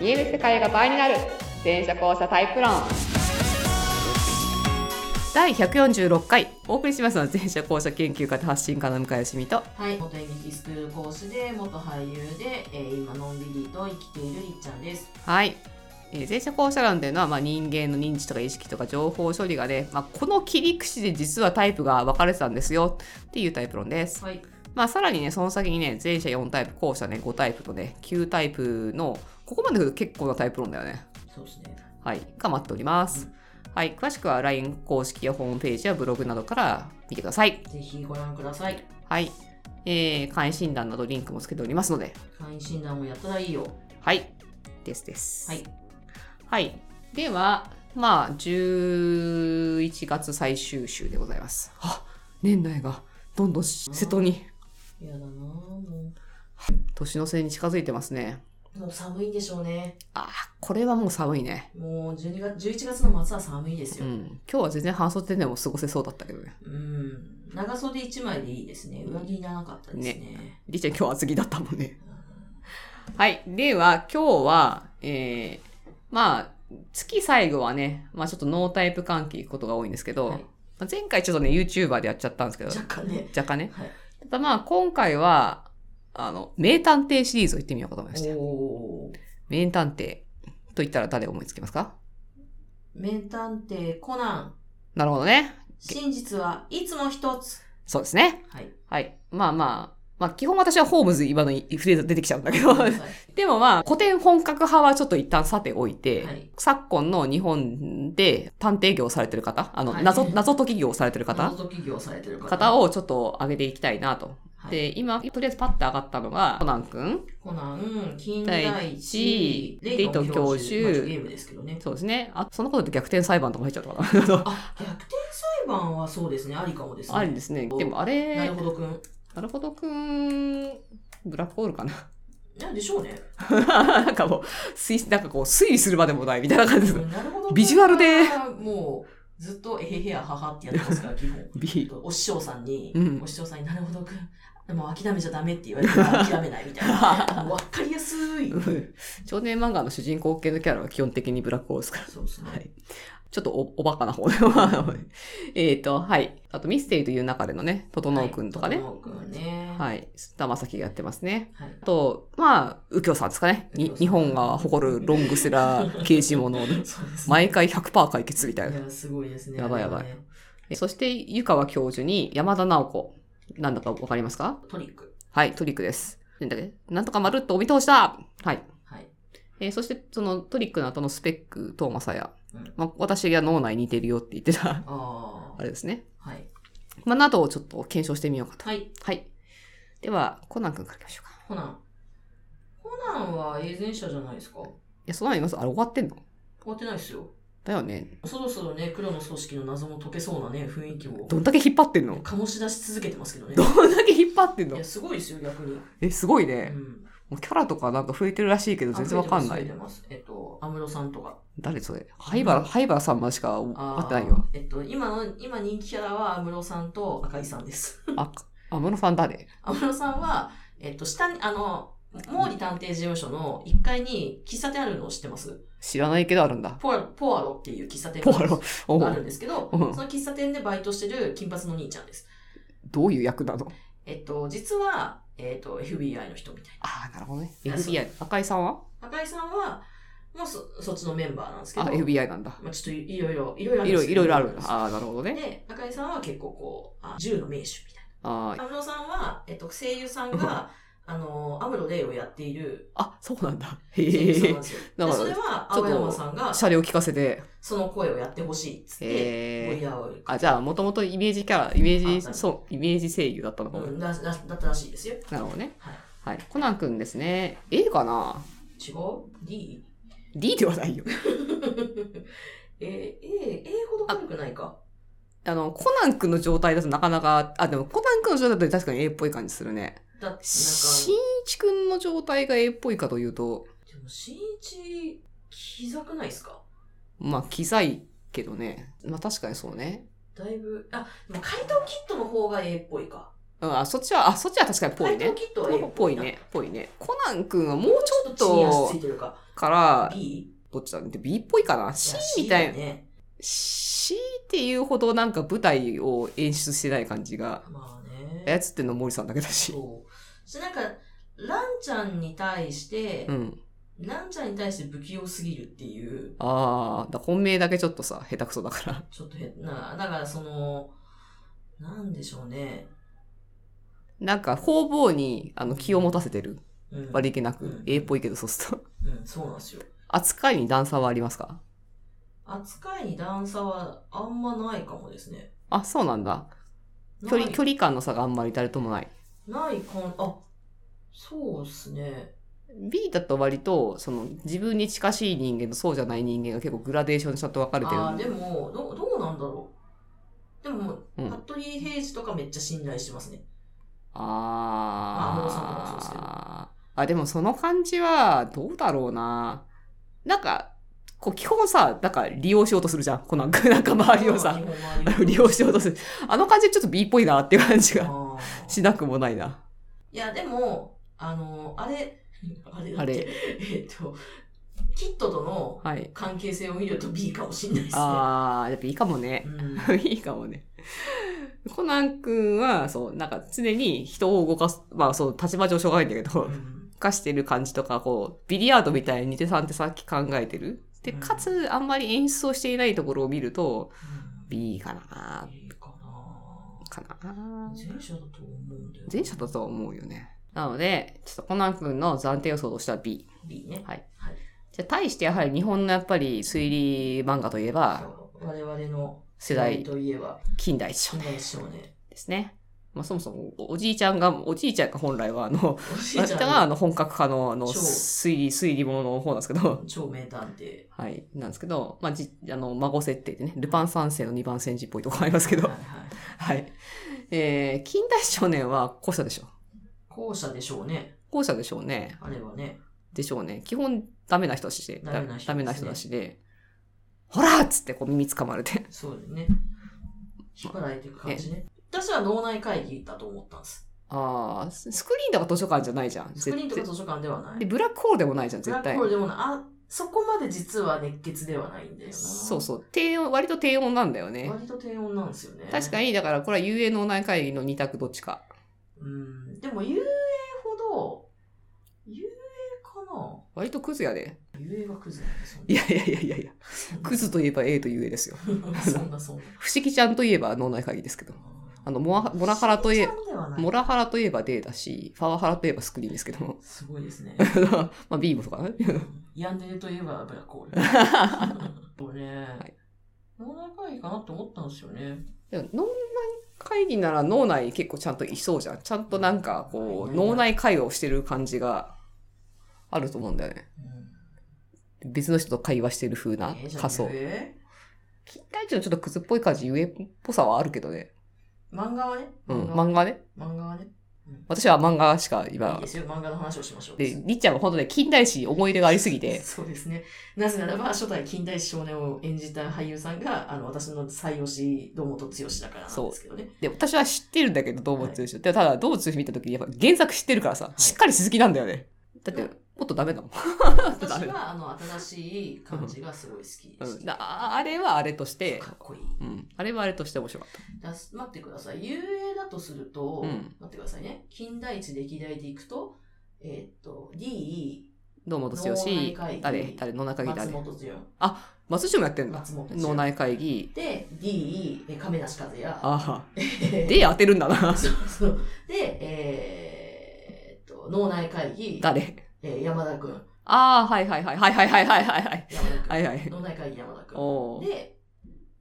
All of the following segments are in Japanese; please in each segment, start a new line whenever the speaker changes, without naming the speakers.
見える世界が倍になる全車交差タイプ論第146回お送りしますのは全社交差研究家と発信家の向井よしみと
はい、元演劇スクール講師で元俳優で、えー、今のんびりと生きているりっちゃんです。
はい、えー、前者後者論というのは、まあ、人間の認知とか意識とか情報処理がね、まあ、この切り口で実はタイプが分かれてたんですよっていうタイプ論です。
はい、
まあ、さらにね、その先にね、前者4タイプ、後者ね、5タイプとね、9タイプの、ここまで来ると結構なタイプ論だよね。
そうですね。
はい、が待っております。はい、詳しくは LINE 公式やホームページやブログなどから見てください。
ぜひご覧ください。
はい。えー、簡易診断などリンクもつけておりますので、
会員診断もやったらいいよ。
はい。ですです。
はい。
はい。では、まあ、11月最終週でございます。あ年内がどんどんし瀬戸に、
やだなぁも
年の瀬に近づいてますね。
う。もう寒いでしょうね。
あーこれはもう寒いね。
もう12月11月の末は寒いです
う
よ。
ん。今日は全然半袖でも過ごせそうだったけどね。
うん、長袖一枚でいいですね。上着いらなかったですね。
りーちゃん今日厚着だったもんね。はい。では、今日は、えー、まあ、月最後はね、まあちょっとノータイプ関係いくことが多いんですけど、
はい
まあ前回ちょっとね、YouTuber でやっちゃったんですけど、
若干ね。
若干ね。
はい。
ただまあ、今回は、あの、名探偵シリーズを行ってみようかと思いましたよ。
おー。
名探偵と言ったら誰を思いつきますか
名探偵コナン。
なるほどね。
真実はいつも一つ。
そうですね。
はい。
はい。まあまあ、まあ基本私はホームズ今のフレーズ出てきちゃうんだけど、
はい
でもまあ、古典本格派はちょっと一旦さておいて、
はい
昨今の日本で探偵業をされてる方、あの、
はい
謎、謎解き業をされてる方、
謎解き業されてる方。
方をちょっと上げていきたいなと。
はい
で、今、とりあえずパッと上がったのが、コナンくん。
コナン、金田
田
一
一、
レイトン教授、
レイトン教授
まあゲームですけどね。
そうですね。あ、そのことで逆転裁判とか入っちゃったかなあの。
あ、逆転裁判はそうですね、ありかもですね。
あるんですね。でもあ
な
れ
る、ほどくん。
なるほどくん、ブラックホールかな。
なんでしょうね。
なんかもう、推、なんかこう、推理するまでもないみたいな感じです。
なるほどくんは
ビジュアルで。
もう、ずっと、えへへやははってやってますから、基本。
B。
お師匠さんに、
うん
お師匠さんになるほどくん。でも諦めちゃダメって言われた ら諦めないみたいな。もうわかりやすい。
少年漫画の主人公系のキャラは基本的にブラックホールですから。
そうですね。
はい。ちょっとお、おバカな方では。 えっと、はい。あと、ミステリーという中でのね、整くんとかね。
整君ね。い。
はい。菅田将暉がやってますね。
はい
あ。と、まあ、右京さんですかね。
右
に
京さん
日本が誇るロングセラー刑事物をね
そうですね。
毎回100%解決みたい
い
な。
や、すごいですね。
やばいやばい
あれはね。
えそして、湯川教授に山田直子。なんだかわかりますか
トリック。
はい、トリックです。なんだっけなんとかまるっとお見通しだはい。
はい。
えーそして、そのトリックの後のスペック、トーマサヤ
うん。、
まあ、私が脳内似てるよって言ってた
あ
あれですね。
あ。はい。
まあ、などをちょっと検証してみようかと。
はい。
はい。では、コナン君からいきましょうか。
コナン。コナンは永全者じゃないですか終
いや、そんなの今さ、あれ終わってんの
わってないですよ。
だよね。
そろそろね、黒の組織の謎も解けそうなね、雰囲気を
どんだけ引っ張ってんの
醸し出し続けてますけどね。
どんだけ引っ張ってん
い
の
や、すごいですよ、逆に。
え、すごいうね。
ん。
もうキャラとかなんか増えてるらしいけど、全然わかんな
溢れ
い
て。ます溢れてますえっと、安室さんとか。
誰それ灰原、灰原さんまでしか
あ
わ
ー
かってないよ。。
えっと、今の、今人気キャラは安室さんと赤井さんです。
あ、安室さん誰
安室さんは、えっと、下に、あの、毛利探偵事務所の1階に喫茶店あるのを知ってます
知らないけどあるんだ。
ポアロポアロっていう喫茶店が
ポ
あ
ア
るんです
ロ。お
ある
うん
ですけど、
うん
その喫茶店でバイトしてる金髪の兄ちゃんです。
どういう役なの
えっと、実は、えっと、FBI の人みたい
ああ、なるほどね。
あそう
FBI。赤井さんは
な。赤井さんは、もうそそっちのメンバーなんですけ
あ、
ど、
FBI なんだ。
まあ、ちょっといろいろ、いろいろあ
い
るんで
ろ
す
い
け
ろ
ど
いろあるんだ。ああー、なるほどね。
で、赤井さんは結構こう、あ銃の名手みたい
あー
な。安室さんは、えっと、声優さんが、あの、アムロレイをやっている
あ、そうなんだ。
声優さん
へえ
なん。ですよ。
だ
で、
から
それは青山さんが、
車両聞かせて。
その声をやってほしいっつって、盛
へ
り
え。
上がる。
あ、じゃあ、もともとイメージキャラ、イメー
あ
ジ、そう、イメージ声優だったのかも。
うん、だだだったらしいですよ。
なるほどね。
はい。
はい。コナンくんですね。A かな
違う ?D?
?D ではないよ。
えー、A、A ほど軽くないか。
あの、コナンくんの状態だとなかなか、あ、でもコナンくんの状態だと確かに A っぽい感じするね。
だなんか、
しんいちくんの状態が A っぽいかというと、
でも、新一、気ざくないですか
まあ、キザいけどね。まあ、確かにそうね。
だいぶ、あ、でも、怪盗キットの方が A っぽいか。
うん、あそっちは、あ、そっちは確かにぽい
怪
ね
盗。キットは A
ぽいね。ぽいね。コナン君はもうちょっ
ちょっと地に足
と
ついてるか。
から、
B?
どっちだで ?B っぽいかな ?C みたいな。
ね。
C っていうほどなんか舞台を演出してない感じが、
まあね。
操ってんの森さんだけだし。
そう。そしてなんか、ランちゃんに対して、
うん。
ランちゃんに対して不器用すぎるっていう、
ああ、だ本命だけちょっとさ、下手くそだから。
ちょっと変な、だからその、なんでしょうね。
なんか、方々に、あの、気を持たせてる。
うん。
悪いけなく。
うん
A っぽいけど、そうすると。
うん、そうなんですよ。
扱いに段差はありますか
扱いに段差はあんまないかもですね。
あ、そうなんだ。距
ない
離、距離感の差があんまり誰ともない。
ないかん、あ、そうですね。
B だと割と、その、自分に近しい人間とそうじゃない人間が結構グラデーションちゃんと分かれてる。
あーでも、ど、どうなんだろう。でも、
うん
服部平次とかめっちゃ信頼してますね。あもうそうだそうですけど
あーあ、でもその感じは、どうだろうな。なんか、こう、基本さ、なんか利用しようとするじゃん。こうなん か、なんか周りをさ、あ
基本周
の利
りを
用しようとする。あの感じちょっと B っぽいなっていう感じが
あー
しなくもないな。
いや、でも、あの、あれ、あれだ
あ
っけ
れ
えっと、キットとの
はい。
関係性を見ると B かもしれないですね。
ああ、やっぱいいかもね
う。ん
いいかもね。コナン君は、そう、なんか常に人を動かす、まあそう、立場上しょうがないんだけど、
うん
動かしてる感じとか、こう、ビリヤードみたいに似てさんってさっき考えてる。で、
うん
かつ、あんまり演出をしていないところを見ると、B かな
B かな
かな
前者だと思うんだよ。
前者だとは思うよね。なので、ちょっとコナン君の暫定予想としては B。
B ね。
はい。
はい
じゃあ、対してやはり日本のやっぱり推理漫画といえば、
そう我々の
世代、
といえば、
近代一
少
少年
年少年。
ですね。まあ、そもそもお、おじいちゃんが、おじいちゃんが本来は、あの、
おじい
私
ち
が
ゃ
あ
ん
の本格化のあの
そう
推理、推理ものの方なんですけど、
超名探偵。
はい、なんですけど、まあ、じ、あの、孫設定でね、ルパン三世の二番戦時っぽいとこありますけど
はい、はい。
はい。えー、近代少年は後者でしょ。
後者でしょうね。
後者でしょうね。
あれはね。
でしょうね。基本、ダメな人だしで、
ダメな人ですね
ダメな人だしで、ほらっつってこう耳掴まれて。
そうだよね。引っ張られていく感じね。私は脳内会議だと思ったんです。
ああ、ススクリーンとか図書館じゃないじゃん。
スクリーンとか
絶
図書館ではな
対
い。
で、
ブ
ブラックホールでもないじゃん、
ラ
絶
ック
対
ホー。ルでもない。あ、そこまで実は熱血ではないんだよな。
そうそう。低音、割と低音なんだよね。
割と低音なんですよね。
確か。に、だからこれは UA 脳内会議の二択どっちか。
うん。でも UA ほど、UA かな
割とクズやで。
?UA がクズなんですよ
い
ね。
やいやいやいやいや。クズといえば A と UA ですよ。
そんなそんな。
不思議ちゃんといえば脳内会議ですけど。あの、モアモラハラとい
い
え
え、
モラハラといえば D だし、パワハラといえばスクリーンですけど も。
すごいですね。
まあ B もそうかな。
ヤンデレといえばブラックホール。 これね
い、
脳内会議かなって思ったんですよね。
でも脳内会議なら脳内結構ちゃんといそうじゃん。ちゃんとなんかこう、脳内会話をしてる感じがあると思うんだよね。別の人と会話してる風な
えーじゃあ
仮想。
え
近代一のちょっとクズっぽい感じ、ゆえっぽさはあるけどね。
ー漫画はね、
うん、
漫
漫画ね。
画漫画はね、
私は漫画しか
いい
今
で、すよ、漫画の話をしましょう。
で、りっちゃんは本当ね、近代史に思い出がありすぎて、
そうですね。なぜならば、初代近代少年を演じた俳優さんが、あの、私の最推し、堂本剛だからなんですけどね。
で、私は知ってるんだけど、どうも通信。で、ただ、どうも通信見た時に、やっぱ原作知ってるからさ、
い
しっかり続きなんだよね。だって、もっとダメだもん。ダ
私
メ
は、あの、新しい感じがすごい好きで
う
す。
ん、だああれはあれとして、
かっこいい。
うん、あれはあれとして面白かっ
だす待ってください。遊泳だとすると、
うん
待ってくださいね。近代一歴代でいくと、えーっと、D、
た。堂本剛
脳内会議、
誰、誰、脳内会議
松
誰
本剛、
松島もやってんだ。
松本剛。
脳内会議。
で、D、え亀梨和也。
ああ、
えー
で、当てるんだな。
そうそう。で、えーっと、脳内会 議、
誰
えー山田くん。
ああ、はいはいはいはいはいはいはいはい。
山田くん
はいはい。
脳内会議山田くん。
おー
で、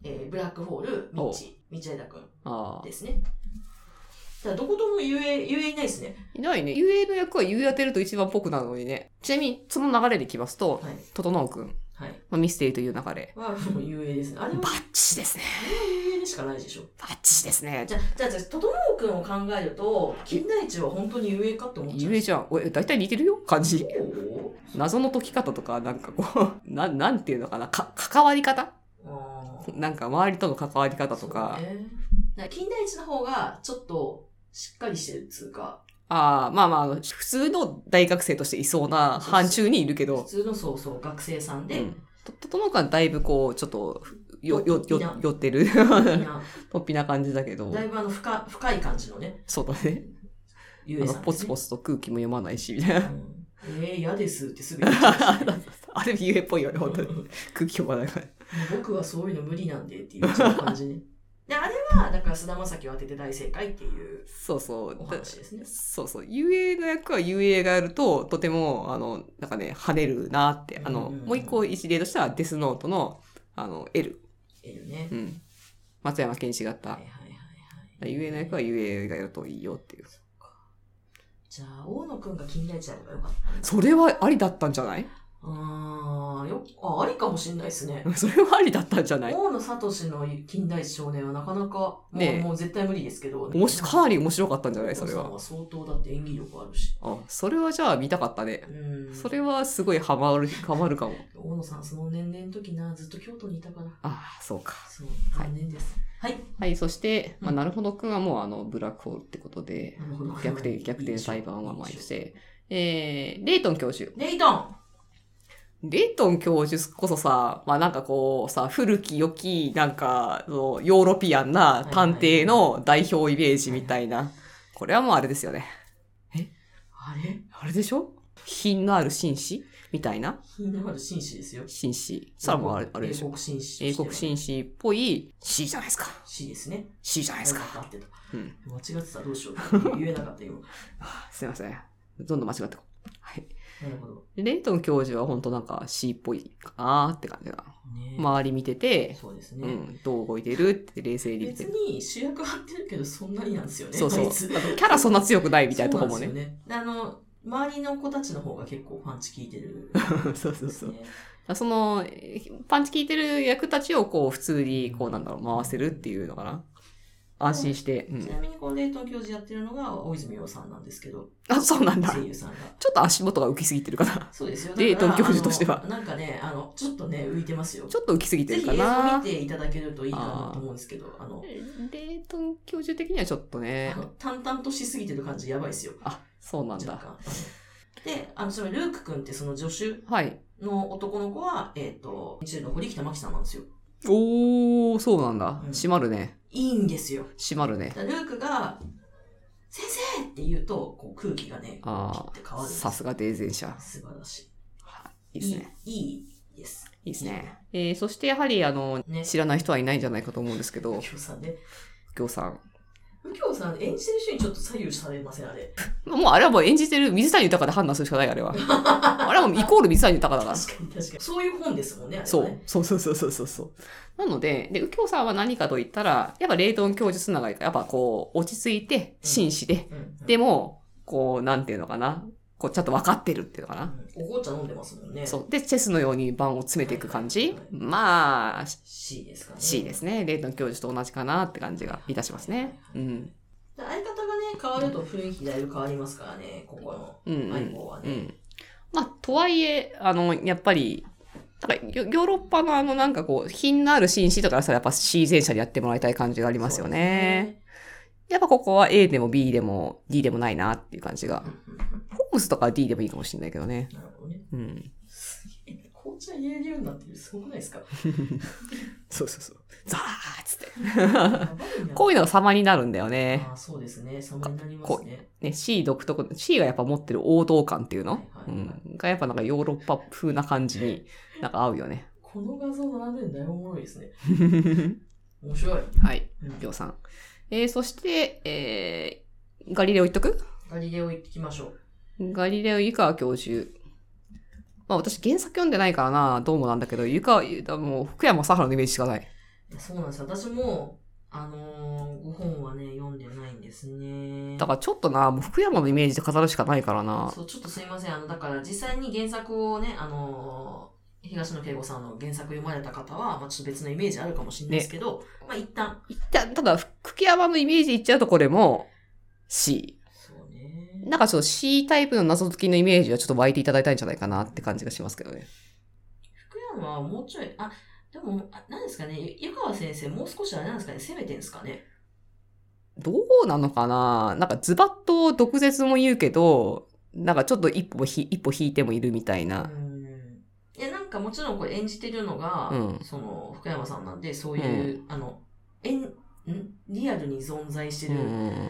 えーブラックホール、ミッチ、道枝くん
ああ
で。すね。だからどことも遊泳、遊泳いないですね。
いないね。遊泳の役は遊泳当てると一番ぽくなるのにね。ちなみに、その流れでいきますと、
はい。
整君、
はい。
まあ、ミステリーという流れ。
は、もう遊泳ですね。あれは
バッチリですね。
遊泳でしかないでしょ。
バッチリですね。
じゃあ、じゃあ、じゃあ、とともくんを考えると、金田一は本当に遊泳かって思っちゃう。
遊泳じゃん。おえ、大体似てるよ感じ。
そう
謎の解き方とか、なんかこう、 なん、なんていうのかな。か、関わり方
あー
なんか周りとの関わり方とか
そう。ね、だから金田一の方がちょっとしっかりしてるっつうか、
ああ、まあまあ、普通の大学生としていそうな範疇にいるけ
普
ど、
通のそうそう学生さん
う
で、
ん。と、ととのかだいぶこう、ちょっと、よ、よ、よ、よってる。
みんな
とっぴな感じだけど、
だいぶあの深深い感じのね、
そうだね。
ゆ
あの
えさん、ね。
ポツポ
ツ。
ツと空気も読まないし、みたいな。
えー、嫌ですってすぐ言っちゃうしね
あれ、ゆえっぽいよね、 本当に。 空気読まないから。
僕はそういうの無理なんでって言っちゃう感じね。で、あれは、だから菅田将暉を当てて大正解っていう
そうそう。
お
だ
話ですね。
そうそう。遊泳の役は遊泳がやると、とても、あの、なんかね、跳ねるなって。あの、
うんうんうん
もう一個一例としたら、デスノートの、あの、L。
ええよね
う。ん。松山健一がやっ
はい
た
はい。はいはい。
遊泳の役は遊泳がやるといいよっていう。
じゃあ、大野くんが金田一やればよかった。
それはありだったんじゃない
あーよあ、ありかもしれないですね。
それはありだったんじゃない
大野聡の金田一少年はなかなか、もう,、
ねえ
もう絶対無理ですけど。
おもしかなり面白かったんじゃないそれ
大
は。
野さんは相当だって演技力あるし。
あ、それはじゃあ見たかったね。
うん。
それはすごいハマる、ハマるかも。
大野さん、その年齢の時な、ずっと京都にいたから。
ああ、そうか。
そう、
はい
残念です。はい。
はい、そして、まあ、
うん
なるほどくんはもうあの、ブラックホールってことで、
なるほど
逆転、逆転裁判はまあして、えー、レイトン教授。
レイトン
レイトン教授こそさ、まあなんかこうさ、古き良き、なんか、そのヨーロピアンな探偵の代表イメージみたいな。これはもうあれですよね。
あれ
あれでしょ品のある紳士みたいな
品のある紳士ですよ。
紳士。さらもうあれあれでしょ
英国紳士。
英国紳
士。
士っぽい C じゃないですか。
士ですね。
C じゃないですか。
合ってた。
うん。
間違ってたらどうしよう。言えな かった今。
すいません。どんどん間違ってこう。はい。
なるほど。
レイトン教授は本当なんか C っぽいかなーって感じが。
ね
周り見てて、
そうです
う
ね。
ん、どう動いてるって冷静に見
別
てる。
に主役張ってるけど、そんなになんですよね。
そうそう
あいつ
キャラそんな強くないみたいなとこもね。
そうなんですよね。あの、周りの子たちの方が結構パンチ効いてる、
そうそう
です
そう。だか
ね。
らその、えーパンチ効いてる役たちをこう、普通に、こう、なんだろう、回せるっていうのかな。安心して。う
ち
ん。
なみにこの冷凍教授やってるのが大泉洋さんなんですけど、
あ、そうなんだ。
声優さんが。
ちょっと足元が浮きすぎてるかな。
そうですよ。
冷凍
だか
教
ら
授としては
あのなんかね、あの、ちょっとね、浮いてますよ。
ちょっと浮きすぎて
ぜ
るか
ひ映像見
な。
ていただけるといいかなと思うんですけど、あの、
レイトン教授的にはちょっとね
あの。淡々としすぎてる感じやばいですよ。
あ、そうなんだ。
若干。で、あの、そのルーク君ってその助手
はい。
の男の子は、えっ、と、日中の堀北真希さんなんですよ。
おー、そうなんだ。
うん
閉まるね。
いいんですよ。
閉まるね。
だからルークが、先生って言うと、こう空気がね、ピ
あ
ッ
ー
て変わるんです
さすがデーゼン社。
素晴らし
いい
い。
ですね。
いい、いいです。
いいですね。えーそしてやはり、あの、
ね
知らない人はいないんじゃないかと思うんですけど
右、京さんね。
行さん。
右京さん、演じてる人にちょっと左右されません、あれ。
まあもうあれはもう演じてる水谷豊で判断するしかない、あれ は。あれはもうイコール水谷豊だから。
確かに確かに。そういう本ですもんね、あれはね。
そう。そうそうそうそうそうそう。なので、で、右京さんは何かと言ったら、やっぱレイトン教授つながりか、やっぱこう、落ち着いて、紳士で、
うん。うん
でも、こう、なんていうのかな。こう、ちゃんと分かってるっていうのかな。
うんお紅茶飲んでますもんね。
そう。で、チェスのように盤を詰めていく感じ
はい。
まあ、
C ですかね。
C ですね。レイトン教授と同じかなって感じがいたしますね。うん。
相方がね、変わると雰囲気だいぶ変わりますからね、ここの
うんうん
相棒は
う
ね。
ん。まあ、とはいえ、あの、やっぱり、なんかヨヨーロッパのあのなんかこう、品のある紳士とかさ、やっぱ C 前者でやってもらいたい感じがありますよね。やっぱここは A でも B でも D でもないなっていう感じが
そう。ですね。うんうんうん
ホームズとかは D でもいいかもしれないけどね。
なるほどね。
うん。
すげえ、紅茶入れるようになってる、すごくない ですか
そうそうそう。ザーっつって。
やばいな
こういうのが様になるんだよね。
あーそうですね、様になりますね。
ね、C 独特、C がやっぱ持ってる王道感っていうの、
はいはいはい
うん。がやっぱなんかヨーロッパ風な感じになんか合うよね。
この画像並んでるのだいぶおもろいです ね。面白い。
はい。
うん
りょうさん。えー、そして、えー、ガリレオ言っとく
ガリレオ行ってきましょう。
ガリレオ湯川教授。まあ私原作読んでないからな、どうもなんだけど、湯川、もう福山雅治のイメージしかない。
いやそうなんですよ。私も、あのー、ご本はね、読んでないんですね。
だからちょっとな、もう福山のイメージで語るしかないからな。
そう、ちょっとすいません。あの、だから実際に原作をね、あのー東野圭吾さんの原作読まれた方は、まあ、ちょっと別のイメージあるかもしれないですけど、まあ一旦。
一旦、ただ福山のイメージ言っちゃうとこれも C。
そうね。
なんかちょっと C タイプの謎解きのイメージはちょっと湧いていただいたいんじゃないかなって感じがしますけどね。
福山はもうちょい、あ、でも、あなんですかね、ゆ湯川先生、もう少しあれなんですかね、攻めてんですかね。
どうなのかななんかズバッと毒舌も言うけど、なんかちょっと一歩ひ、一歩引いてもいるみたいうな。
んいやなんかもちろんこれ演じてるのが、
うん
その福山さんなんでそういう、あのえんんリアルに存在して
う
る、
ん。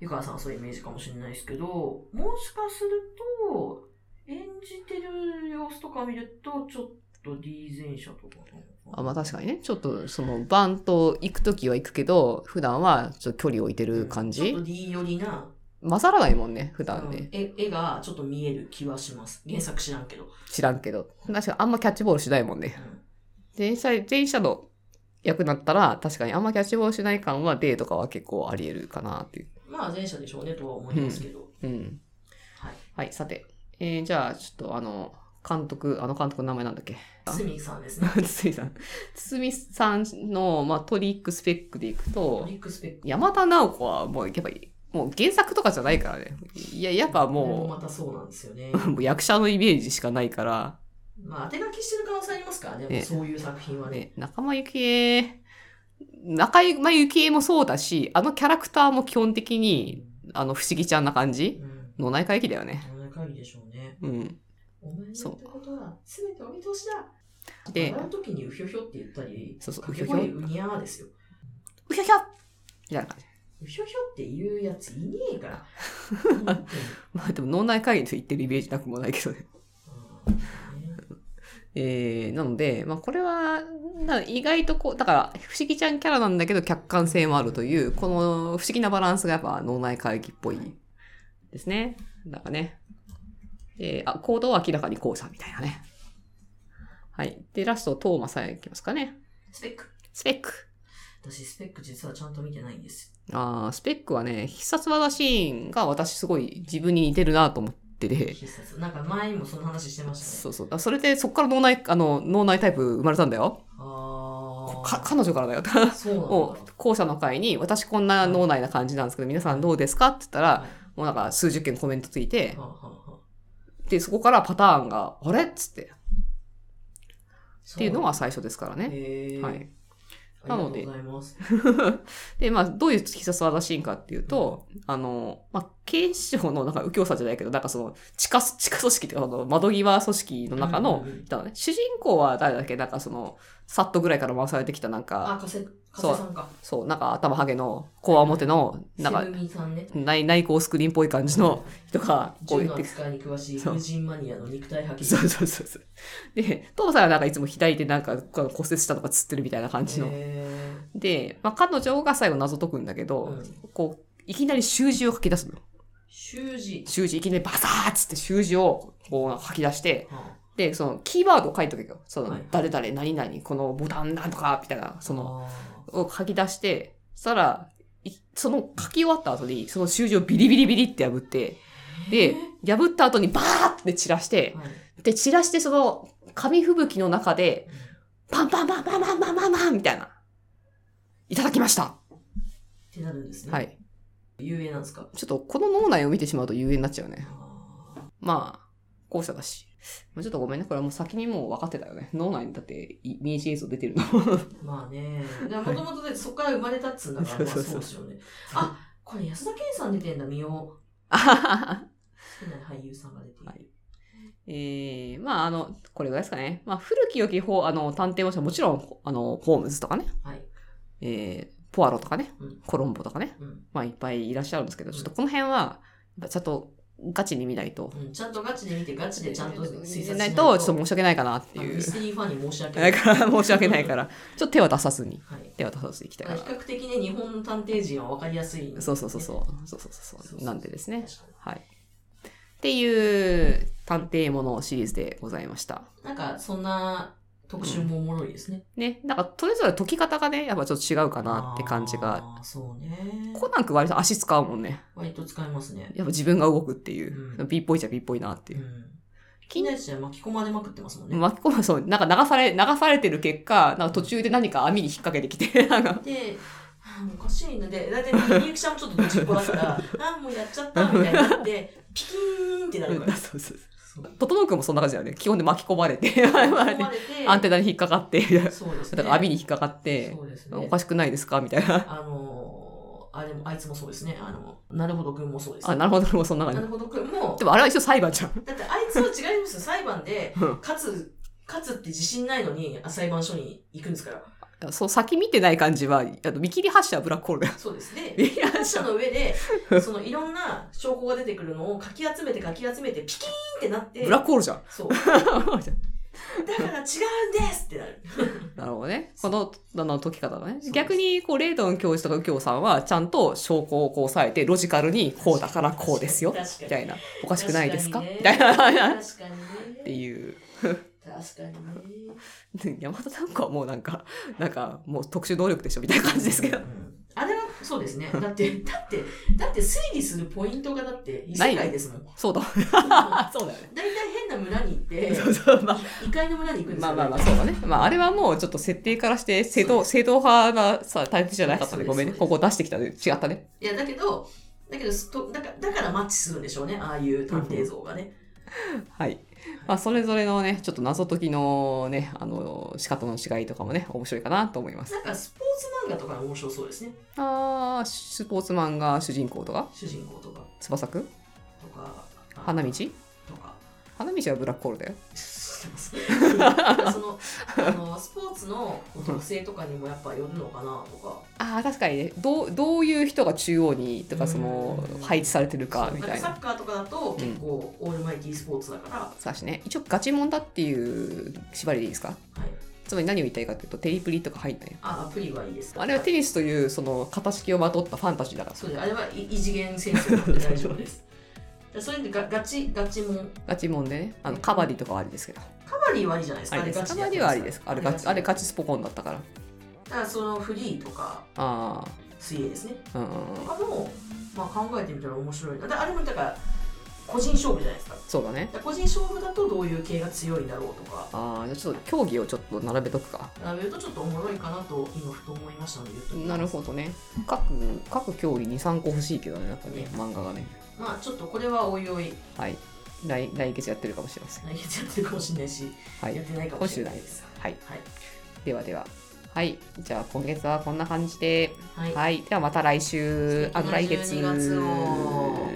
湯川さんはそういうイメージかもしれないですけどもしかすると演じてる様子とか見るとちょっと D 前者とかなのかな
あまあ確かにね、ちょっとそのバンと行くときは行くけど、普段はちょっと距離を置いてる感
うん
じ、
ちょっと D 寄りな、
混ざらないもんね、普段
う
ね
ん。絵絵がちょっと見える気はします原作知らんけど、
知らんけど。確かにあんまキャッチボールしないもんね。前者、前者の役になったら、確かにあんまキャッチボールしない感はデーとかは結構あり得るかなっていう。
うんまあ前者でしょうねとは思いますけど、
うん。
はい
はい、さて。えー、じゃあ、ちょっとあの、監督、あの監督の名前なんだっけ
堤さんで すね
堤さん。堤さんの、まあ、トリックスペックでいく
ト
と、
リックスペック
山田直子はもう、やっぱり、もう原作とかじゃないからね。いや、やっぱ
これも
も
またそうなんですよね
う、もう役者のイメージしかないから、
まあ当て書きしてる可能性ありますからね
ね
そういう作品はね
ね、仲間由紀恵、仲間由紀恵もそうだし、あのキャラクターも基本的に、あの、不思議ちゃんな感じ
うん
脳内会議だよね。
そんな会議でしょうね
うん。
お前の言ったことは全てお見通しだ
で
笑う時にうひょひょって言ったり
そうそう
かけ声うにゃーですよ
うひゃひゃみたいな感じ。
うひょひょって言うやついねえから 本
まあでも脳内会議と言ってるイメージなくもないけどね。
当にうんね
えー、なので、まあこれは、な意外とこう、だから、不思議ちゃんキャラなんだけど客観性もあるという、この不思議なバランスがやっぱ脳内会議っぽいですね。なんかね。で、あ、行動は明らかにこうさんみたいなね。はい。で、ラスト、トーマさんいきますかね。
スペック
スペック。
私スペック実はちゃんと見てないんです
あースペックはね、必殺技シーンが私すごい自分に似てるなと思ってて、
必殺なんか前にもその話してましたね
そうそう。だそれで、そこから脳内、あの、脳内タイプ生まれたんだよ。
あ
か、
あ
彼女からだよ。
そうなんだ
を、校舎の会に、私こんな脳内な感じなんですけど、皆さんどうですかって言ったら
はい、
もうなんか数十件コメントついて
は、あはあはあ
で、そこからパターンが、あれっつって、っていうのが最初ですからね。
へえ
はい。 な
ありが
の
とう
で
ございます
で、まあ、どういう必殺技シーンかっていうと、あの、まあ、警視庁のなんか右京さんじゃないけど、なんかその、地下、地下組織っていうか、あの、窓際組織の中
う
の
んうんうん、
だからね主人公は誰だっけなんかその、サットぐらいから回されてきたなんか、
あ加瀬加瀬さんか
そう、なんか頭ハゲの、コアモテの、
セ
なんか
ブ、ミさんね
内、内向スクリーンっぽい感じの人が、こう言
銃
っ
の
てくる。
扱いに詳しい
そう
風神マニアの肉体破棄
そうそうそうそう。で、父さんはなんかいつも左手なんか骨折したとかつってるみたいな感じの。
へ
で、まあ、彼女が最後謎解くんだけど、
うん
こう、いきなり習字を書き出すの。
ー習字
習字いきなりバサーっつって習字をこう書き出して、
は
で、そのキーワードを書いとけよ。その、
はい
誰々何々、このボタンなんとか、みたいな、そ
あ
の、
あ
を書き出して、そしたら、いその書き終わった後に、その習字をビリビリビリって破って、で、破った後にバーって散らして
ー、はい
で、散らしてその紙吹雪の中で、パンパンパンパンパンパンパンパンみたいな。いただきました。
ってなるんですね。
はい。
有名なんですか。
ちょっとこの脳内を見てしまうと有名になっちゃうね。
あ
まあ、後者だし。まあちょっとごめんね。これはもう先にもう分かってたよね。脳内にだってイメージ映像出てるの。
ーまあね。でもともとでそこから生まれたっつうんだから、まあ
そうそう
そ
そう
うですよね。あ、これ安田健さん出てんだ、見よ
あはは
う。好きな俳優さんが出ている。
はいえー、まああの、これぐらいですかね。まあ古き良き方、あの、探偵もしもちろん、あの、ホームズとかね。
はい。
えー、ポアロとかね
うん。
コロンボとかね。
うん。
まあいっぱいいらっしゃるんですけど、
うん
ちょっとこの辺は、やっぱちゃんとガチに見ないと。
うん、ちゃんとガチで見て、ガチでちゃんと推察し
し
な
ないい
と。
と、ちょっと申し訳ないかなって
あの
いう
ミ。ステリーファンに申し訳な
だ
い。
から申し訳ない から、ちょっと手は出さずに、
はい。
手は出さずにいきたい
ま
か
あ
ら
比。較的ね、日本の探偵陣は分かりやすい、
そうそうそうそう。そうそうそうそう。なんでですね。
確か
はい。っていう探偵ものシリーズでございました。
になんか、そんな特集もおもろいですね。
ね。なんか、それぞれ解き方がね、やっぱちょっと違うかなって感じが。
あー。そうね。
コナン君割と足使うもんね。
割と使いますね。
やっぱ自分が動くっていうう。
ん
B っぽいじゃ B っぽいなっていうう。
ん。金田一は巻き込まれまくってますもんね。
巻き込まそう、なんか流され、流されてる結果、なんか途中で何か網に引っ掛けてきて、なんか、
で、あーおかしいな。で、だいたいみゆきちゃんもちょっとドジっ子だから、 あーもうやっちゃったみたいになって、ピキーンってな
う
る
ん
か
そう
ら。
そうそう。
そう
整君もそんな感じだよね。基本で巻き込まれて、
巻き込まれて、
アンテナに引っかかって、
そうですね。
だから網に引っかかって、
そうです
お
ね。
かしくないですかみたいな。
あのあれも、あいつもそうですね。あの、なるほどくんもそうです、
あ、なるほど、もうそんな
な
感
るほどくんも
じ。で、もあれは一応裁判じゃん。
だってあいつは違いますよ。裁判で
うん、
勝つ、勝つって自信ないのに、あ裁判所に行くんですから。
そう、先見てない感じは、あの見切り発車はブラックホールだよ。
そうですね。
見切り
感
発
謝
車。
の上で、そのいろんな証拠が出てくるのをかき集めてかき集めて、ピキーンってなって
ブ、ラックホールじゃん。
そう。だから違うんですってなる。
なるほどね。この、あの、解き方がね
す。
逆に、こう、レイドン教授とか右京さんは、ちゃんと証拠をこう押さえて、ロジカルに、こうだからこうですよ。み
確か
た
に。
いな。おかしくないですか
確に
み
ね
たいな。っ
確かに
て
ね。
いう。
確かにね。
で山田なんかはもうなんか、なんか、もう特殊能力でしょみたいな感じですけど。
うんあれはそうですね。だって、だって、だって推理するポイントがだって異世界ですもん。
そうだ。
大
あ、そうだよね。
体変な村に行って、
そうそう、まあ、
異界の村に行くんです
ま
よ、
あまあまあ、そうだね。まあ、あれはもうちょっと設定からして、正当、正当派なさ、タイプじゃなかったね。ごめんね。ここ出してきたね。違ったね。
いや、だけど、だけどとだから、だからマッチするんでしょうね。ああいう探偵像がね。
はい。まあ、それぞれのね、ちょっと謎解きのね、あの、仕方の違いとかもね、面白いかなと思います。
なんかスポーツ漫画とか面白そうですね。
あースポーツマンが主人公とか、
主人公とか、
翼くん
とか、あ
花道
とか。
花道はブラックホールだよ。
知ってますなんかそのあのスポーツの特性とかにもやっぱよるのかなとか
ああ、確かにね。どう、どういう人が中央に、とか、その
うん、
配置されてるか、
そう
みたい
サ
な。
ッカーとかだと結構オールマイティースポーツだから、
そうだしね。一応、ガチモンだっていう縛りでいいですか
はい、
つまり何を言いたいかというと、テリプリとか入んない。
あアプリはいいです
あれはテニスという、その、形式をまとったファンタジーだから。
そうですあれは異異次元戦争なんで大丈夫です だそういうのがガチガチも
ガチモンでね。あの、カバディとかはありですけど。
カバディはありじゃないです
あ
か
れです
ガ
カ
チや
バ
って
ディ
ま
はありですかあれガチ、あれ
ガ
ガチスポコンだったから。
チだからそのフリーとか
あ
水泳ですね
あ、うんうんう
と
ん。
かも、まあ、考えてみたら面白いなだあれもだから個人勝負じゃないですか
そうだね。
だ個人勝負だとどういう系が強いんだろうとか
ああ、じゃあちょっと競技をちょっと並べとくか。
並べるとちょっとおもろいかなと今ふと思いましたので言うと
なるほどね。各、各競技2、3個欲しいけどね、なんかね
ね、
漫画がね。
まあちょっとこれはおいおい
はい。来、来月やってるかもしれません。
来月やってるかもしれないし、
は
やっ
い。
てないかもしれないです
はい。
はい、
ではでは。はい。じゃあ今月はこんな感じで。
はい
はい。ではまた来週
素敵。な
あの来月。
12月を